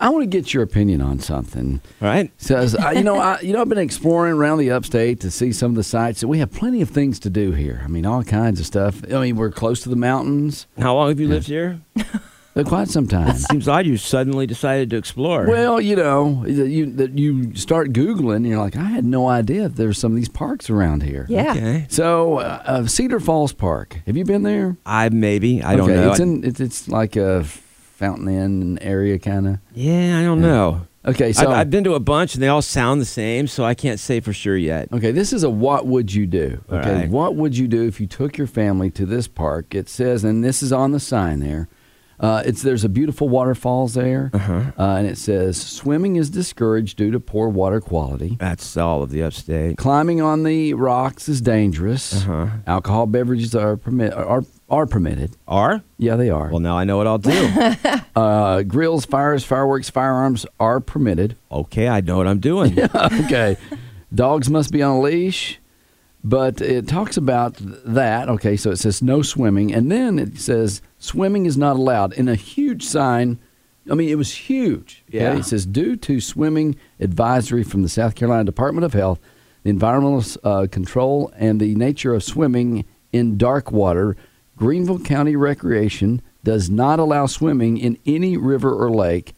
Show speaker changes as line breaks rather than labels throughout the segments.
I want to get your opinion on something.
All right.
Says, I, you know, I, you know, I've been exploring around the upstate to see some of the sites. We have plenty of things to do here. I mean, all kinds of stuff. I mean, we're close to the mountains.
How long have you lived here?
But quite some time.
Seems odd you suddenly decided to explore.
Well, you know, you that you start googling, and you're like, I had no idea that there's some of these parks around here.
Yeah.
okay.
So, uh, uh, Cedar Falls Park. Have you been there?
I maybe Oh, I don't
okay,
know.
It's in. It's, it's like a Fountain Inn area, kind of.
yeah, I don't know.
Okay, so
I've, I've been to a bunch and they all sound the same, so I can't say for sure yet.
Okay, this is a what would you do?
All
Okay,
right.
what would you do if you took your family to this park? It says, and this is on the sign there. Uh, it's there's a beautiful waterfalls there, uh and it says swimming is discouraged due to poor water quality.
That's all of the upstate.
Climbing on the rocks is dangerous. Alcohol beverages are permit are are permitted.
Are?
Yeah, they are.
Well, now I know what I'll do.
Uh, grills, fires, fireworks, firearms are permitted.
okay, I know what I'm doing.
okay. Dogs must be on a leash, but it talks about that. Okay, so it says no swimming, and then it says swimming is not allowed in a huge sign. I mean, it was huge. Okay?
Yeah.
It says due to swimming advisory from the South Carolina Department of Health, the environmental uh, control and the nature of swimming in dark water, Greenville County Recreation does not allow swimming in any river or lake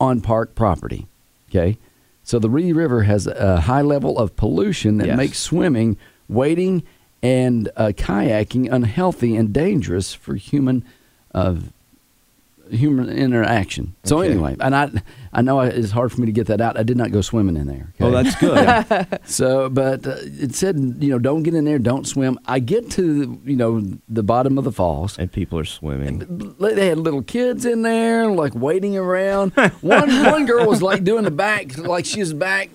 on park property. Okay, so the Reedy River has a high level of pollution that
Yes.
makes swimming, wading, and uh, kayaking unhealthy and dangerous for human uh, human interaction. So
Okay.
anyway, and I I know it's hard for me to get that out. I did not go swimming in there.
Oh,
okay?
that's good.
So, but uh, it said, you know, don't get in there, don't swim. I get to, you know, the bottom of the falls.
and people are swimming.
Like, They had little kids in there, like waiting around. One one girl was like doing the back, like she was back,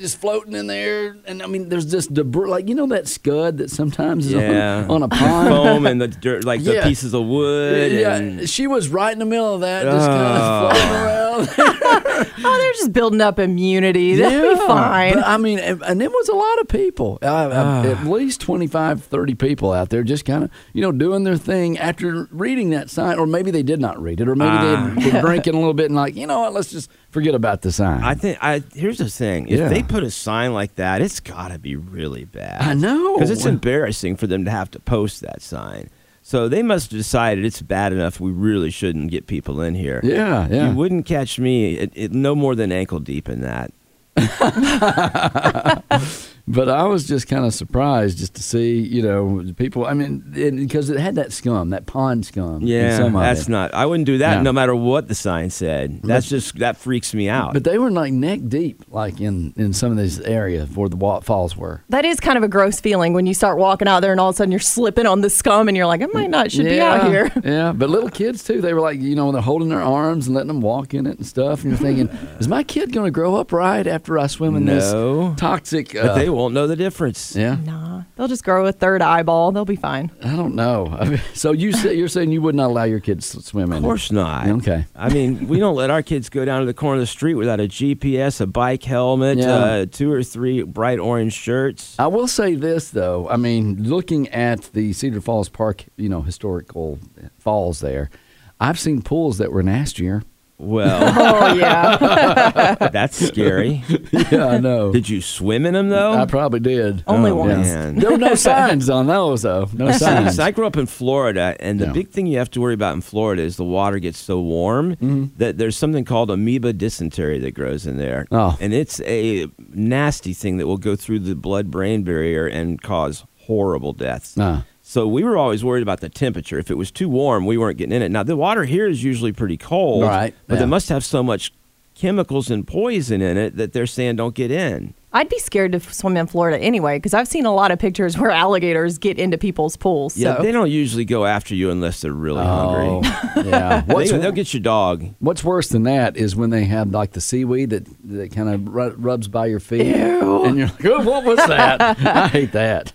just floating in there. And I mean, there's just debris, like you know that scud that sometimes is
Yeah.
on, on a
The
pond.
Foam and the dirt, like the
Yeah.
pieces of wood.
Yeah,
and-
she was right in the middle of that, just
Oh.
kind of floating around.
Oh, they're just building up immunity. That'll be fine.
But, I mean, and, and it was a lot of people. Uh, uh, at least 25, 30 people out there just kind of, you know, doing their thing after reading that sign. Or maybe they did not read it. Or maybe they had- were drinking a little bit and like, you know what, let's just forget about the sign.
I think I here's the thing. If
Yeah.
they put a sign like that, it's got to be really bad.
I know.
because it's embarrassing for them to have to post that sign. So they must have decided it's bad enough. We really shouldn't get people in here.
yeah, yeah.
You wouldn't catch me it, it, no more than ankle deep in that.
But I was just kind of surprised just to see, you know, the people. I mean, because it had that scum, that pond scum. in
Yeah,
some of
that's
it.
not. I wouldn't do that
No.
no, matter what the sign said. That's just that freaks me out.
But they were like neck deep, like in in some of these areas where the wa- falls were.
that is kind of a gross feeling when you start walking out there and all of a sudden you're slipping on the scum and you're like, I might not should be out here.
yeah, but little kids too. They were like, you know, they're holding their arms and letting them walk in it and stuff. And you're thinking, is my kid going to grow up right after I swim in
No.
this toxic?
But
uh,
they won't know the difference.
Yeah.
Nah, they'll just grow a third eyeball. They'll be fine.
I don't know. I mean, so you say, you're saying you would not allow your kids to swim in?
Of course not.
Okay.
I mean, we don't let our kids go down to the corner of the street without a GPS, a bike helmet,
Yeah.
uh, two or three bright orange shirts.
I will say this though. I mean, looking at the Cedar Falls Park, you know, historical eh, falls there, I've seen pools that were nastier.
Well,
Oh yeah.
that's scary.
yeah, I know.
Did you swim in them though?
I probably did.
Only
Oh,
once.
man.
There were no signs on those though. No signs.
So I grew up in Florida, and the
Yeah.
big thing you have to worry about in Florida is the water gets so warm
Mm-hmm.
that there's something called amoeba dysentery that grows in there.
Oh.
And it's a nasty thing that will go through the blood brain barrier and cause horrible deaths.
Ah.
So we were always worried about the temperature. If it was too warm, we weren't getting in it. Now, the water here is usually pretty cold,
Right,
but
yeah.
they must have so much chemicals and poison in it that they're saying don't get in.
I'd be scared to f- swim in Florida anyway because I've seen a lot of pictures where alligators get into people's pools.
Yeah,
so.
they don't usually go after you unless they're really
Oh,
hungry.
yeah. What's
They, they'll get your dog.
What's worse than that is when they have like the seaweed that that kind of ru- rubs by your feet, and you're like, "Oh, what was that?" I hate that.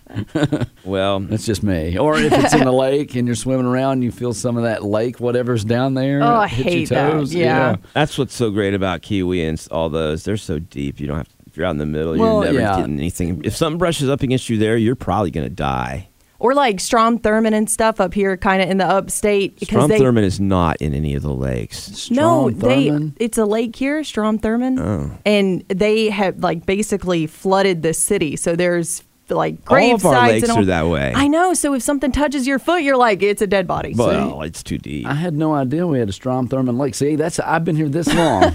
Well,
That's just me. Or if it's in the lake and you're swimming around, and you feel some of that lake, whatever's down there.
Oh, I
hit
hate
your
that.
toes.
Yeah.
that's what's so great about kiwi and s- all those. They're so deep. You don't have. To, if you're out in the middle,
Well,
you're never
yeah.
getting anything. If something brushes up against you there, you're probably going to die.
Or like Strom Thurmond and stuff up here, kind of in the upstate because
Strom
they
Thurmond is not in any of the lakes.
no,
Strom
they
Thurmond?
it's a lake here, Strom Thurmond,
Oh.
and they have like basically flooded the city. So there's like grave
All of our
sites
lakes
and all-
are that way.
I know. So if something touches your foot, you're like it's a dead body.
Well, it's too deep.
I had no idea we had a Strom Thurmond Lake. See, that's I've been here this long,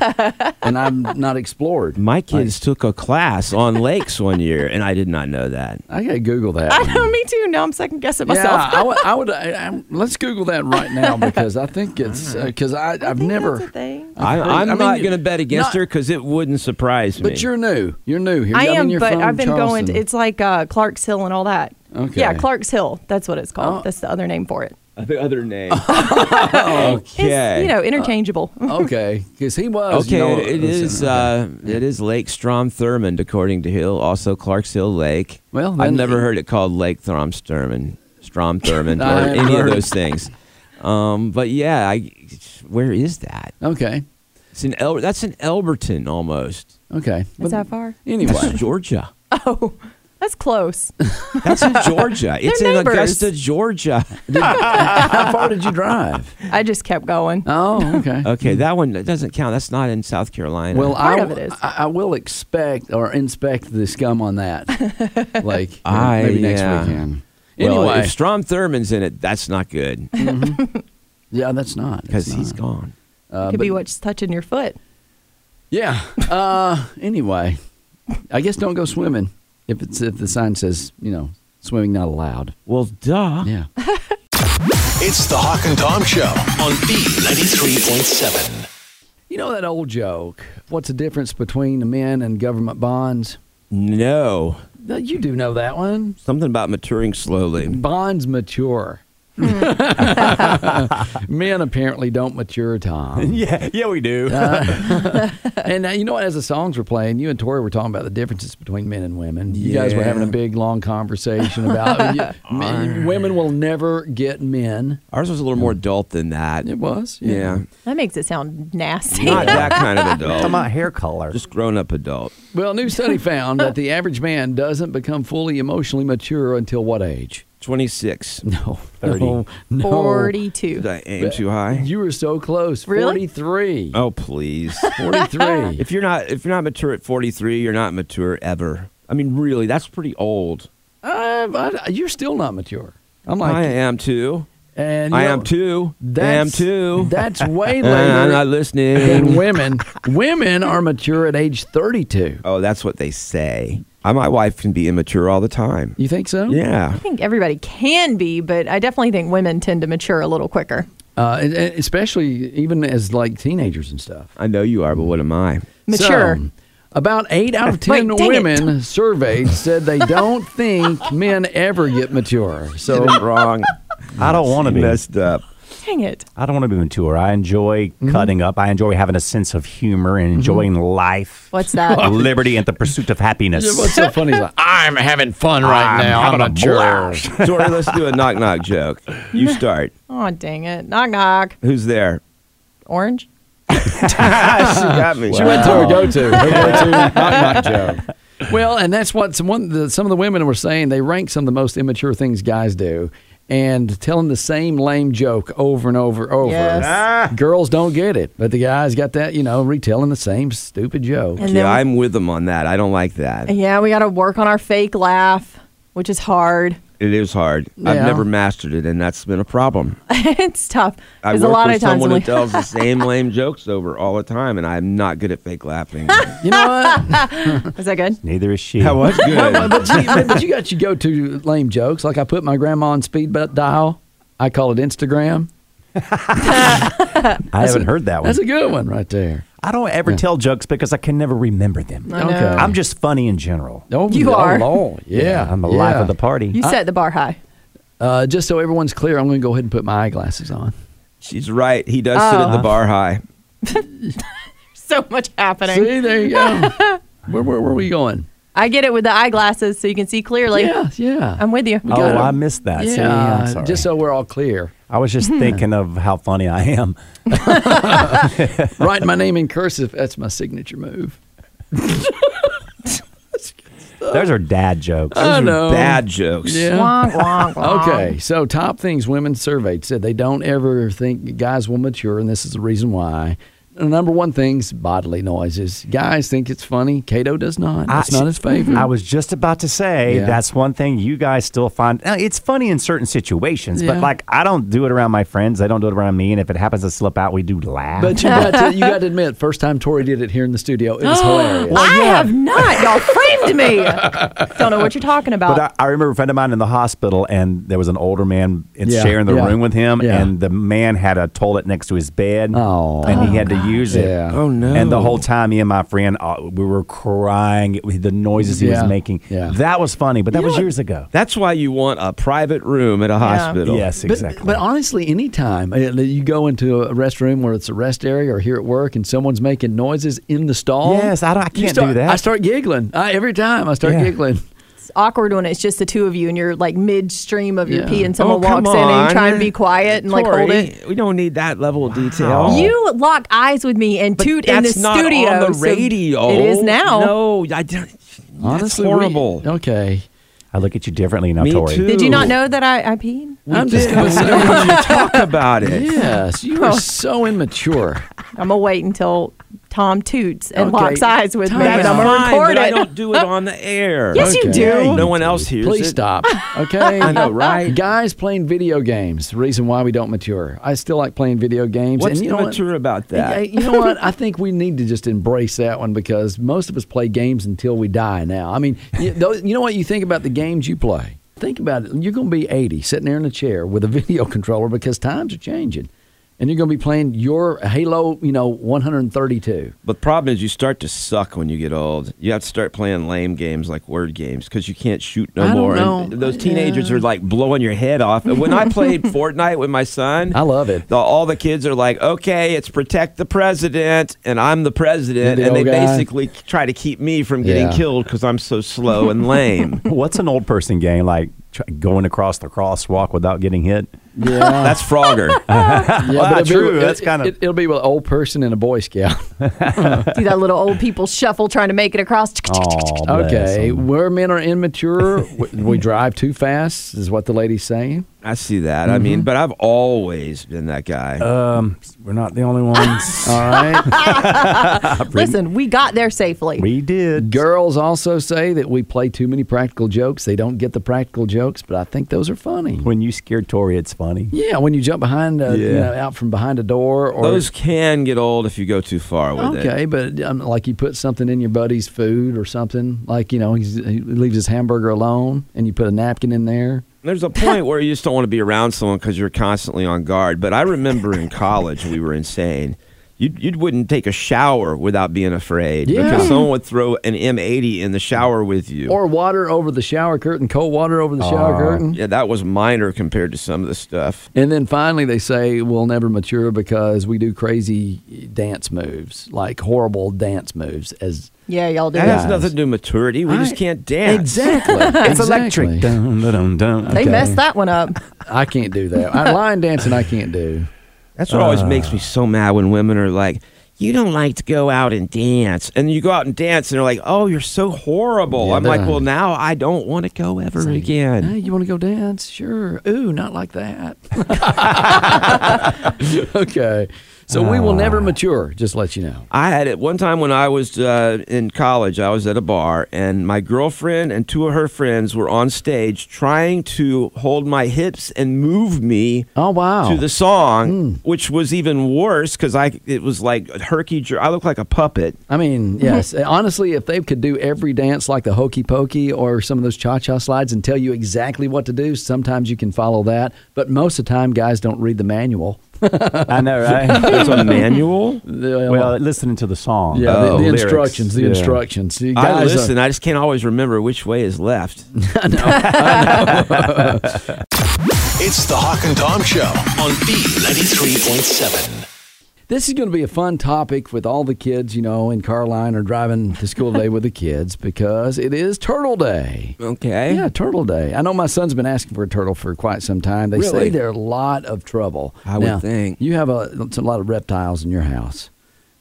and I'm not explored.
My kids took a class on lakes one year, and I did not know that.
I gotta Google that.
I know me too. Now I'm second guessing myself.
Yeah, I would. I would I, I'm- let's Google that right now because I think it's because I, I've
think
never.
that's a thing.
I,
heard-
I'm
I mean,
not
you-
going to bet against
not-
her because it wouldn't surprise me.
But you're new. You're new here.
I
mean,
am,
you're
but
from
I've been going. To,
Charleston.
it's like uh, Clark's Hill and all that.
Okay.
Yeah, Clark's Hill. That's what it's called.
Oh.
That's the other name for it.
the other name.
It's,
okay. Uh,
you know, interchangeable.
okay, because he was.
Okay,
you know,
it is. Uh, it is Lake Strom Thurmond, according to Hill. Also, Clarks Hill Lake.
Well,
I've
then-
never heard it called Lake Throm Sturman, Strom Thurmond,
I
or
have
any of
heard.
those things. Um, but yeah, I, where is that?
okay,
It's in El, That's in Elberton, almost.
okay. But
that far?
That's
Anyway,
Georgia.
That's close.
That's in Georgia. it's in
neighbors.
Augusta, Georgia.
how far did you drive?
I just kept going.
Oh, okay.
Okay, that one that doesn't count. That's not in South Carolina.
Well,
Part
I,
of it is.
I, I will expect or inspect the scum on that. Like
I-
maybe next
yeah.
weekend.
Well,
anyway,
if Strom Thurmond's in it, that's not good
yeah, that's not
because
that's
he's
not.
gone.
Uh,
Could be what's touching your foot.
Yeah. Uh, anyway, I guess don't go swimming if it's if the sign says you know swimming not allowed.
Well, duh.
Yeah.
It's the Hawk and Tom Show on B93.7.
You know that old joke? What's the difference between men and government bonds?
No.
Now, You do know that one.
Something about maturing slowly.
Bonds mature. Men apparently don't mature, Tom.
Yeah, yeah, we do.
And uh, you know what? As the songs were playing, you and Tori were talking about the differences between men and women. You guys were
Yeah.
having a big, long conversation about you, men, women will never get men.
Ours was a little more adult than that.
It was,
Yeah,
That makes it sound nasty.
not that kind of adult.
Talking about hair color.
Just grown up adult.
Well, a new study found that the average man doesn't become fully emotionally mature until what age?
Twenty six.
No, no, no.
42.
Oh, Did I aim too high?
You were so close.
Really?
Forty-three.
Oh please.
43.
if you're not if you're not mature at forty three, you're not mature ever. I mean, really, that's pretty old.
Uh, but you're still not mature. I'm like,
I am too.
and you
I
know,
am too. I am
That's,
too.
That's way
Uh, I'm
later
not
than
listening.
women. women are mature at age 32.
Oh, that's what they say. I, my wife can be immature all the time.
You think so?
Yeah.
I think everybody can be, but I definitely think women tend to mature a little quicker.
Uh, and- and especially even as like teenagers and stuff.
I know you are, but what am I?
Mature.
So, about eight out of ten
Wait, dang
women surveyed said they don't think men ever get mature. So
wrong.
I don't want to be.
messed up.
Dang it.
I don't want to be on tour. I enjoy
Mm-hmm.
cutting up. I enjoy having a sense of humor and enjoying life.
What's that?
Liberty and the pursuit of happiness.
What's so funny? He's like,
I'm having fun right
I'm
now.
having
I'm
a
not sure.
blast.
Tori, let's do a knock knock joke. You start.
Oh, dang it. Knock, knock.
Who's there?
Orange?
she got me.
Ah, She went to
Oh.
her go-to. Her go-to knock knock joke. Well, and that's what some one the, some of the women were saying. They rank some of the most immature things guys do, and telling the same lame joke over and over and over.
Yes.
Ah.
Girls don't get it, but the guys got that. You know, retelling the same stupid joke.
And
Yeah,
then-
I'm with them on that. I don't like that.
Yeah, we got to work on our fake laugh, which is hard.
It is hard.
Yeah.
I've never mastered it, and that's been a problem.
it's tough.
I
Because
work
a lot
with
of times
someone
I'm
who tells
like,
the same lame jokes over all the time, and I'm not good at fake laughing.
You know what?
is that good?
Neither is she.
that was good.
but, you, but you got your go-to lame jokes. Like I put my grandma on speed dial. I call it Instagram.
I haven't heard that one.
That's a good one right there.
I don't ever tell jokes because I can never remember them.
I know.
Okay.
I'm just funny in general.
Oh,
You
oh,
are.
Lord. Yeah,
I'm the life
yeah.
of the party.
You set the bar high.
Uh, just so everyone's clear, I'm going to go ahead and put my eyeglasses on.
She's right. He does sit
Oh.
at the bar high.
So much happening.
See, there you go. where, where were we going?
I get it with the eyeglasses so you can see clearly.
yeah, yeah.
I'm with you.
We got
oh,
it.
I missed that. See,
yeah,
I'm sorry.
just so we're all clear.
I was just thinking of how funny I am.
Write my name in cursive. That's my signature move.
Those are dad jokes.
I
Those are
know.
Bad jokes.
Wonk, wonk, wonk.
Okay, so top things women surveyed said they don't ever think guys will mature, and this is the reason why. The number one thing's bodily noises. Guys think it's funny. Cato does not.
I-
It's not his favorite.
I was just about to say
Yeah.
that's one thing you guys still find. now, It's funny in certain situations,
Yeah.
but like I don't do it around my friends. They don't do it around me. And if it happens to slip out, we do laugh.
But you got, to, you got to admit, first time Tori did it here in the studio, it was hilarious.
I have not. Y'all framed me. Don't know what you're talking about.
But I, I remember a friend of mine in the hospital, and there was an older man in
Yeah,
sharing the
yeah,
room with him,
yeah.
and the man had a toilet next to his bed,
Oh.
and he had to use it.
Yeah.
Oh, no.
And the whole time, me and my friend, uh, we were crying. It, was- the noises he
Yeah,
was making,
yeah.
that was funny, but that was years ago.
That's why you want a private room at a hospital.
Yes,
But,
exactly.
but honestly, anytime uh, you go into a rest room where it's a rest area or here at work and someone's making noises in the stall.
Yes, I don't- I
you
can't
start-
do that.
I start giggling. I, every time I start
Yeah.
giggling.
it's awkward when it's just the two of you and you're like midstream of your
Yeah.
pee and someone
Oh, come
walks in and you try
on.
and be quiet and like hold
Tori,
it.
We don't need that level of detail.
You lock eyes with me and
But
toot in
that's
the
not
studio.
on the
so
radio.
it is now.
No, I don't.
Honestly,
that's
we-
horrible.
okay.
I look at you differently now,
Me
Tori.
too.
Did you not know that I, I peed?
I'm just
did.
gonna
We
say,
don't need to talk about it.
yes, you
Oh.
are so immature.
I'm gonna wait until Tom toots and
Okay.
locks eyes with me,
That's
and I'm gonna
fine,
record
but I
it.
don't do it on the air.
Yes, you
Okay.
do.
No one else hears
Please
it.
stop. Okay.
I know, right?
Guys playing video games. The reason why we don't mature. I still like playing video games.
What's
and you know what?
immature about that?
Hey, You know what? I think we need to just embrace that one because most of us play games until we die now. I mean, you, those, you know what you think about the games you play? Think about it. You're going to be 80 sitting there in a chair with a video controller because times are changing. And you're going to be playing your Halo, you know, 132.
But the problem is, you start to suck when you get old. You have to start playing lame games like word games because you can't shoot no
I don't
more.
know.
And those teenagers are like blowing your head off. And when I played Fortnite with my son,
I love it.
the- all the kids are like, "Okay, it's protect the president," and I'm the president,
You're the
and they
old guy.
basically try to keep me from getting
Yeah.
killed because I'm so slow and lame.
What's an old person game like? Tr- going across the crosswalk without getting hit?
Yeah.
That's Frogger.
yeah, but it'll be-
Ah, true. That's
it-
kinda-
It, will be with an old person and a Boy Scout.
Do that little old people shuffle trying to make it across.
Oh, bless
okay.
'em.
Where men are immature, we, we drive too fast, is what the lady's saying.
I see that. I
Mm-hmm.
mean, but I've always been that guy.
Uh,
Um, we're not the only ones.
All right.
Listen, we got there safely.
we did.
Girls also say that we play too many practical jokes. They don't get the practical jokes, but I think those are funny.
When you scared Tori, it's funny.
yeah, when you jump behind, a, you
Yeah.
know, out from behind a door or
Those can get old if you go too far with it.
okay, but um, like you put something in your buddy's food or something, like you know he's, he leaves his hamburger alone and you put a napkin in there.
There's a point where you just don't want to be around someone because you're constantly on guard. But I remember in college we were insane. You, you wouldn't take a shower without being afraid
Yeah.
because someone would throw an M80 in the shower with you.
Or water over the shower curtain, cold water over the shower curtain.
Yeah, that was minor compared to some of the stuff.
And then finally, they say we'll never mature because we do crazy dance moves, like horrible dance moves. As
Yeah, y'all do.
That has
Guys.
nothing to do with maturity. We just
I-
can't dance.
exactly,
It's electric. Dun, dun, dun, dun.
They
Okay.
messed that one up.
I can't do that. I, line dancing, I can't do.
That's what always makes me
Ah.
so mad when women are like, you don't like to go out and dance. And you go out and dance and they're like, oh, you're so horrible.
Yeah,
I'm like,
that-
well, now I don't want to go ever
Hey,
again.
you want to go dance? Sure. Ooh, not like that. okay. So we will
Ah.
never mature. Just let you know.
I had it one time when I was uh, in college, I was at a bar and my girlfriend and two of her friends were on stage trying to hold my hips and move me.
Oh Hmm. wow.
to the song, which was even worse because I it was like herky. jer- I look like a puppet.
I mean, yes. Honestly, if they could do every dance like the hokey pokey or some of those cha cha slides and tell you exactly what to do, sometimes you can follow that. But most of the time, guys don't read the manual.
I know, right?
It's a manual.
The-
well, listening to the song. uh,
yeah, the-
oh,
the,
lyrics.
instructions, the
Yeah.
instructions. You
I
guys are-
listen. I just can't always remember which way is left.
It's the Hawk and Tom Show on B93.7.
This is going to be a fun topic with all the kids, you know, in Caroline or driving to school today with the kids because it is Turtle Day.
Okay.
Yeah, Turtle Day. I know my son's been asking for a turtle for quite some time. They say
Really?
they're a lot of trouble.
I would think.
you have a, it's a lot of reptiles in your house,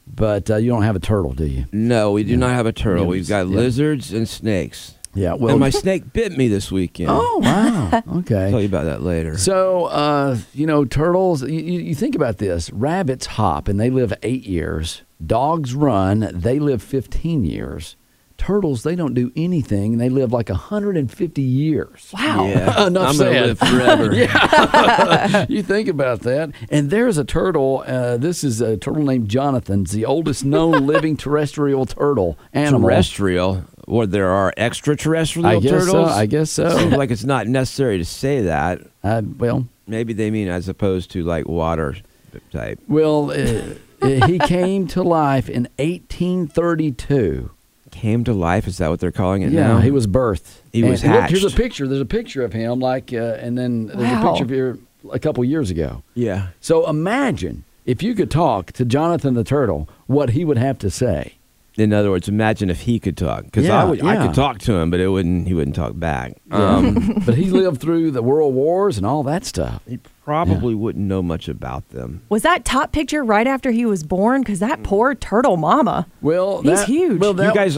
but uh, you don't have a turtle, do you?
No, we do not have a turtle.
Yeah,
We've got
yeah.
lizards and snakes.
Yeah. Well.
and my snake bit me this weekend.
oh wow.
I'll tell
Okay.
you about that later.
So, uh, you know, turtles, you, you you think about this rabbits hop and they live eight years, dogs run, they live 15 years. Turtles, they don't do anything and they live like 150 years.
Wow.
Enough
yeah, I'm gonna
said.
live forever.
you think about that. And there's a turtle. Uh, this is a turtle named Jonathan's, the oldest known living terrestrial turtle animal.
Terrestrial, or there are extraterrestrial
I guess so,
turtles.
I guess so.
Seems like it's not necessary to say that.
Uh, well,
Maybe they mean as opposed to like water type.
well, uh, he came to life in 1832.
Came to life. Is that what they're calling it
yeah,
now?
he was birthed.
He
And
was
look, here's a
hatched.
picture. There's a picture of him, like, uh, and then there's a
Wow.
picture of here a couple years ago.
Yeah.
So imagine if you could talk to Jonathan the turtle, what he would have to say.
In other words, imagine if he could talk because
Yeah,
I would. I
yeah. Uh,
could talk to him, but it wouldn't. He wouldn't talk back. Um,
But he lived through the world wars and all that stuff.
he probably wouldn't know much about them.
Was that top picture right after he was born? Because that poor turtle mama.
Well,
He's
that-
huge.
Well, that,
you guys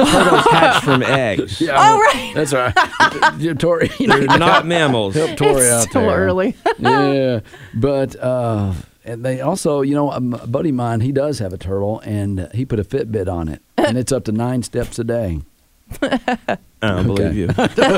turtles hatch from eggs.
Yeah,
Oh,
well,
right.
That's all right. Yeah, Tori, you
They're
know,
not mammals.
help Tori
It's
out
so
there.
early.
yeah, but uh, and they also, you know, um, a buddy of mine, he does have a turtle, and he put a Fitbit on it, and it's up to nine steps a day.
I don't believe you.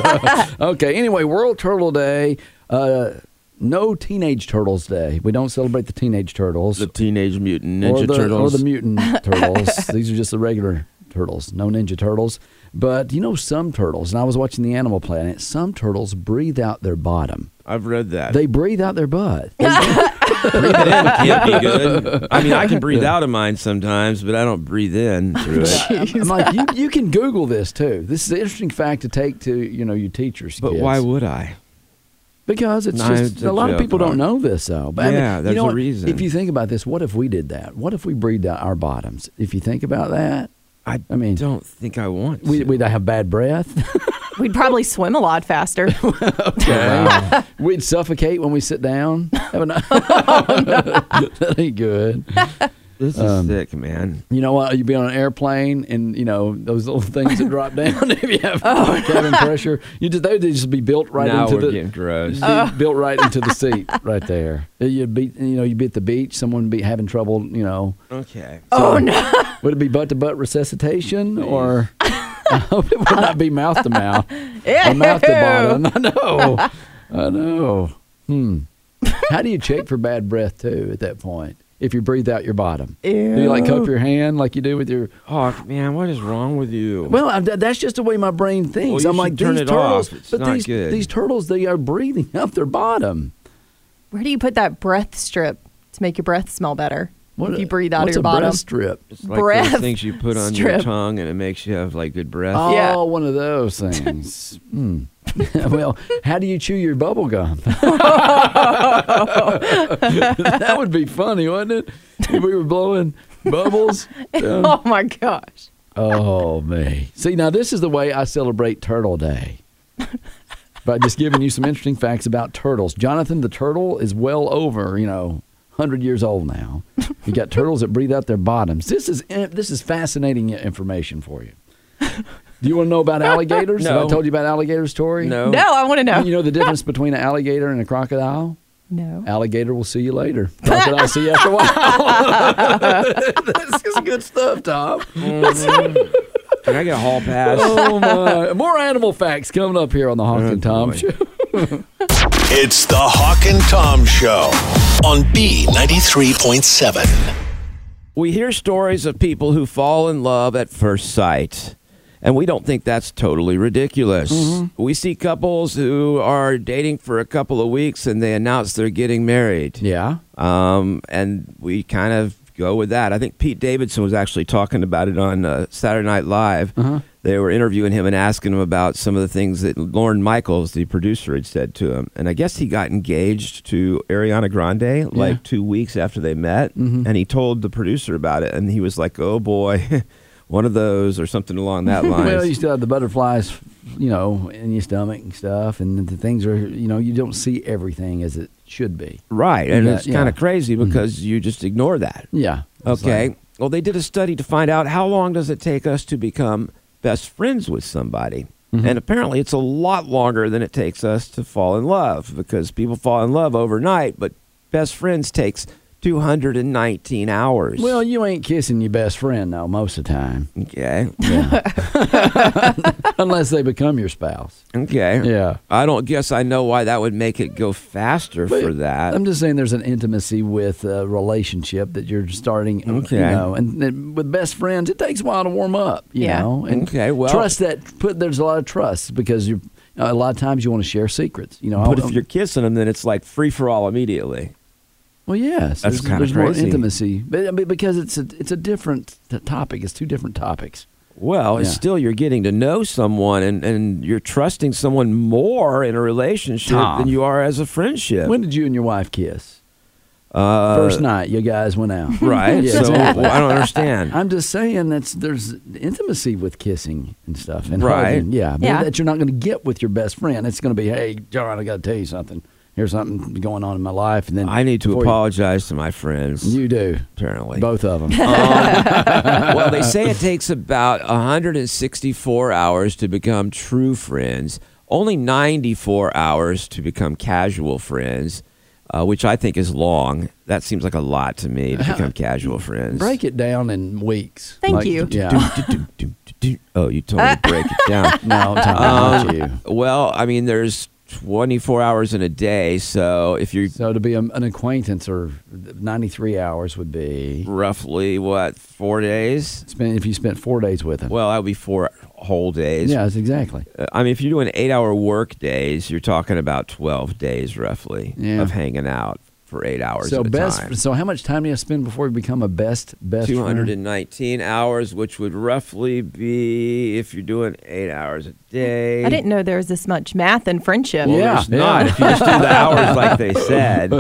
Okay. Anyway, World Turtle Day. Uh, no Teenage Turtles Day. We don't celebrate the teenage turtles
The Teenage Mutant
or
Ninja
the,
Turtles.
or the mutant turtles. These are just the regular turtles, no ninja turtles. But you know, some turtles, and I was watching the Animal Planet. Some turtles breathe out their bottom.
I've read that.
They breathe out their butt.
breathe in can't be good. I mean, I can breathe out of mine sometimes, but I don't breathe in through it.
I'm like, you, you can Google this too. This is an interesting fact to take to you know your teachers.
But
kids.
why would I?
Because it's
No,
just
it's
a
a
lot of
joke,
people don't know this though. But I mean,
Yeah,
you
there's
know
a
what?
reason.
If you think about this, what if we did that? What if we breathed out our bottoms? If you think about that,
I,
I mean,
don't think I want.
we,
to.
we'd have bad breath.
We'd probably swim a lot faster.
Wow. We'd suffocate when we sit down. Have a- that ain't good.
This is
Um,
sick, man.
You know what? You'd be on an airplane, and you know those little things that drop down if you have cabin pressure. You just they'd just be built right
Oh. now
into
we're
the Uh,
getting gross.
be built right into the seat right there. You'd be you know you'd be at the beach. Someone would be having trouble. You know,
okay.
oh no. Would it be butt to butt resuscitation or? I hope it would not be mouth to mouth. Or mouth to bottom. I know. I know. Hmm. How do you check for bad breath too at that point? If you breathe out your bottom, do you like cup your hand like you do with your?
Hawk, man, what is wrong with you?
Well, I, that- that's just the way my brain thinks.
you
I'm
should
like
turn
these
it
turtles,
off. It's
but
not
these
good.
these turtles they are breathing out their bottom.
Where do you put that breath strip to make your breath smell better?
What
if
a-
you breathe out of
what's
your
a
bottom.
breath strip?
It's like
breath
those things you put on your
strip.
tongue and it makes you have like good breath.
Oh,
Yeah.
one of those things. Hmm. well, how do you chew your bubble gum? that would be funny, wouldn't it? If we were blowing bubbles. down-
Oh my gosh.
Oh me! See, now this is the way I celebrate Turtle Day. By just giving you some interesting facts about turtles. Jonathan the turtle is well over, you know, hundred years old now. You got turtles that breathe out their bottoms. This is this is fascinating information for you. Do you want to know about alligators? Have I
No.
told you about alligators, Tori?
No.
No, I want to know.
Oh. You know the difference between an alligator and a crocodile?
no.
Alligator will see you later. Crocodile see you after a while. this is good stuff, Tom.
Can I get a hall pass?
Oh my! More animal facts coming up here on the Honkin' Tom
boy.
Show.
It's the Hawk and Tom Show on B93.7.
we hear stories of people who fall in love at first sight and we don't think that's totally ridiculous we see couples who are dating for a couple of weeks and they announce they're getting married
Yeah.
um, and we kind of go with that i think pete davidson was actually talking about it on uh, saturday night live
Uh-huh.
they were interviewing him and asking him about some of the things that lauren michaels the producer had said to him and i guess he got engaged to ariana grande like
Yeah. Mm-hmm.
two weeks after they met, and he told the producer about it, and he was like, "Oh boy, one of those or something along that line."
Well, you still have the butterflies, you know, in your stomach and stuff, and the things are, you know, you don't see everything as it should be.
right, and
Yeah,
it's kind
yeah. Mm-hmm.
of crazy because you just ignore that.
Yeah. It's
Okay.
like-
well, they did a study to find out how long does it take us to become best friends with somebody.
Mm-hmm.
And apparently it's a lot longer than it takes us to fall in love because people fall in love overnight, but best friends takes 219 hours.
well, you ain't kissing your best friend though most of the time,
okay.
unless they become your spouse.
Okay.
Yeah.
I don't guess I know why that would make it go faster
But
for that.
I'm just saying there's an intimacy with a relationship that you're starting, okay.
Okay.
you know, and then with best friends, it takes a while to warm up, you
Yeah.
know, and
Okay, well-
trust that put, there's a lot of trust because you a lot of times you want to share secrets, you know, um,
but if you're kissing them, then it's like free for all immediately.
well, yes,
That's
there's,
kinda
there's
crazy.
more intimacy, but, I mean, because it's a, it's a different t- topic. It's two different topics.
Well, it's
Yeah.
still you're getting to know someone and, and you're trusting someone more in a relationship
Tom.
than you are as a friendship.
When did you and your wife kiss?
uh,
First night you guys went out,
Right.
Yeah,
so
exactly.
well, I don't understand.
I'm just saying that's there's intimacy with kissing and stuff, and
Right.
hugging. Yeah, but
Yeah.
that you're not going to get with your best friend. It's going to be, hey, John, I got to tell you something. Here's something going on in my life, and then
I need to
before
apologize to my friends.
You, you do
apparently.
both of them.
well, they say it takes about 164 hours to become true friends, only 94 hours to become casual friends, uh, which I think is long. That seems like a lot to me to become casual friends.
Break it down in weeks.
Thank you.
Yeah.
Oh, you told me to break it down.
no, Tom, not you.
Um, Well, I mean, there's 24 hours in a day, so if you're
So to be a, an acquaintance or 93 hours would be
roughly, what, four days?
spend if you spent four days with him.
Well, that would be four whole days.
yeah, that's exactly.
Uh, I mean, if you're doing eight hour work days, you're talking about 12 days roughly
Yeah.
of hanging out for eight hours.
So
at a
best.
time.
So how much time do you spend before you become a best best? friend?
219 hours, which would roughly be if you're doing eight hours a day.
I didn't know there was this much math in friendship.
Well,
Yeah.
there's not if you just do the hours like they said.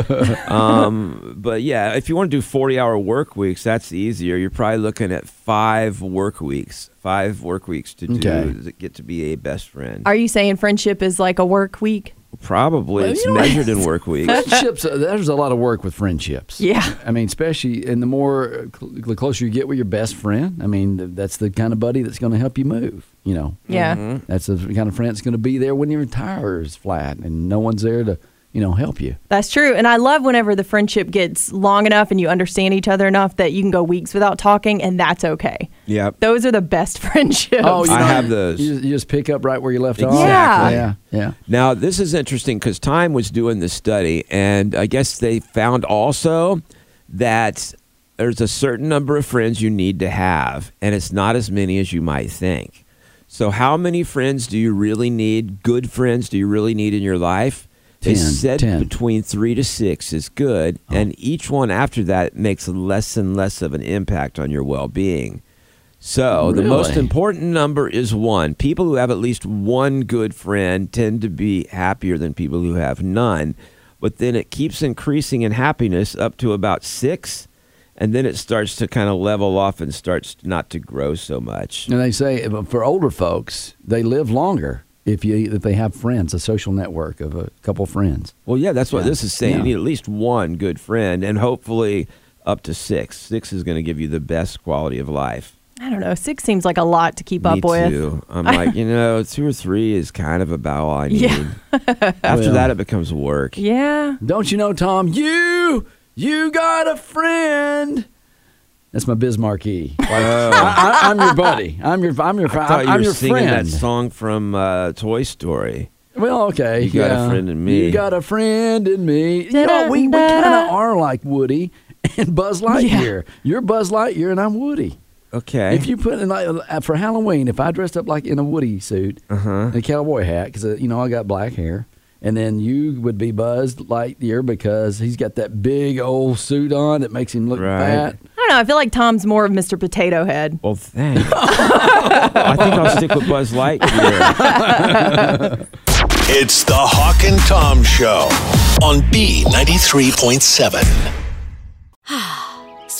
Um, but yeah, if you want to do 40 hour work weeks, that's easier. You're probably looking at five work weeks, five work weeks to do
Okay.
to get to be a best friend.
Are you saying friendship is like a work week?
probably
Well,
it's
you know-
measured in work weeks.
friendships uh, there's a lot of work with friendships
Yeah.
i mean especially and the more uh, cl- the closer you get with your best friend i mean th- that's the kind of buddy that's going to help you move you know
Yeah.
Mm-hmm.
that's the kind of friend that's going to be there when your tire is flat and no one's there to you know help you
That's true. And I love whenever the friendship gets long enough and you understand each other enough that you can go weeks without talking and that's okay.
Yep.
Those are the best friendships.
Oh, you
I
know,
have those.
you, you just pick up right where you left off
Exactly.
yeah yeah
Now, this is interesting because Time was doing this study, and I guess they found also that there's a certain number of friends you need to have, and it's not as many as you might think. So, how many friends do you really need? Good friends do you really need in your life? They
10,
said
10.
between three to six is good, and each one after that makes less and less of an impact on your well being. So the most
Really?
important number is one. People who have at least one good friend tend to be happier than people who have none. But then it keeps increasing in happiness up to about six, and then it starts to kind of level off and starts not to grow so much.
And they say uh, for older folks, they live longer if you if they have friends, a social network of a couple friends.
Well, yeah, that's what
Yeah.
this is saying.
Yeah.
You need at least one good friend, and hopefully up to six. Six is going to give you the best quality of life.
I don't know. Six seems like a lot to keep
Me
up with.
too. I'm like, you know, two or three is kind of about all I need.
Yeah.
After
Well.
that, it becomes work.
Yeah.
Don't you know, Tom? You you got a friend. That's my Bismarcky. I, I, I'm your buddy. I'm your I'm your
Oh. I thought
friend.
you
I'm
were
your
singing
friend.
that song from uh, Toy Story.
Well, okay.
You got a
yeah.
friend in me.
You got a friend in me. You know, we we kind of are like Woody and Buzz Lightyear. You're Buzz Lightyear and I'm Woody.
Okay.
If you put in like uh, for Halloween, if I dressed up like in a Woody suit
Uh-huh.
and a cowboy hat, because uh, you know I got black hair, and then you would be Buzz Lightyear because he's got that big old suit on that makes him look
Right.
fat.
I don't know. I feel like Tom's more of Mr. Potato Head.
well, thanks. I think I'll stick with Buzz Lightyear.
It's the Hawk and Tom Show on B93.7.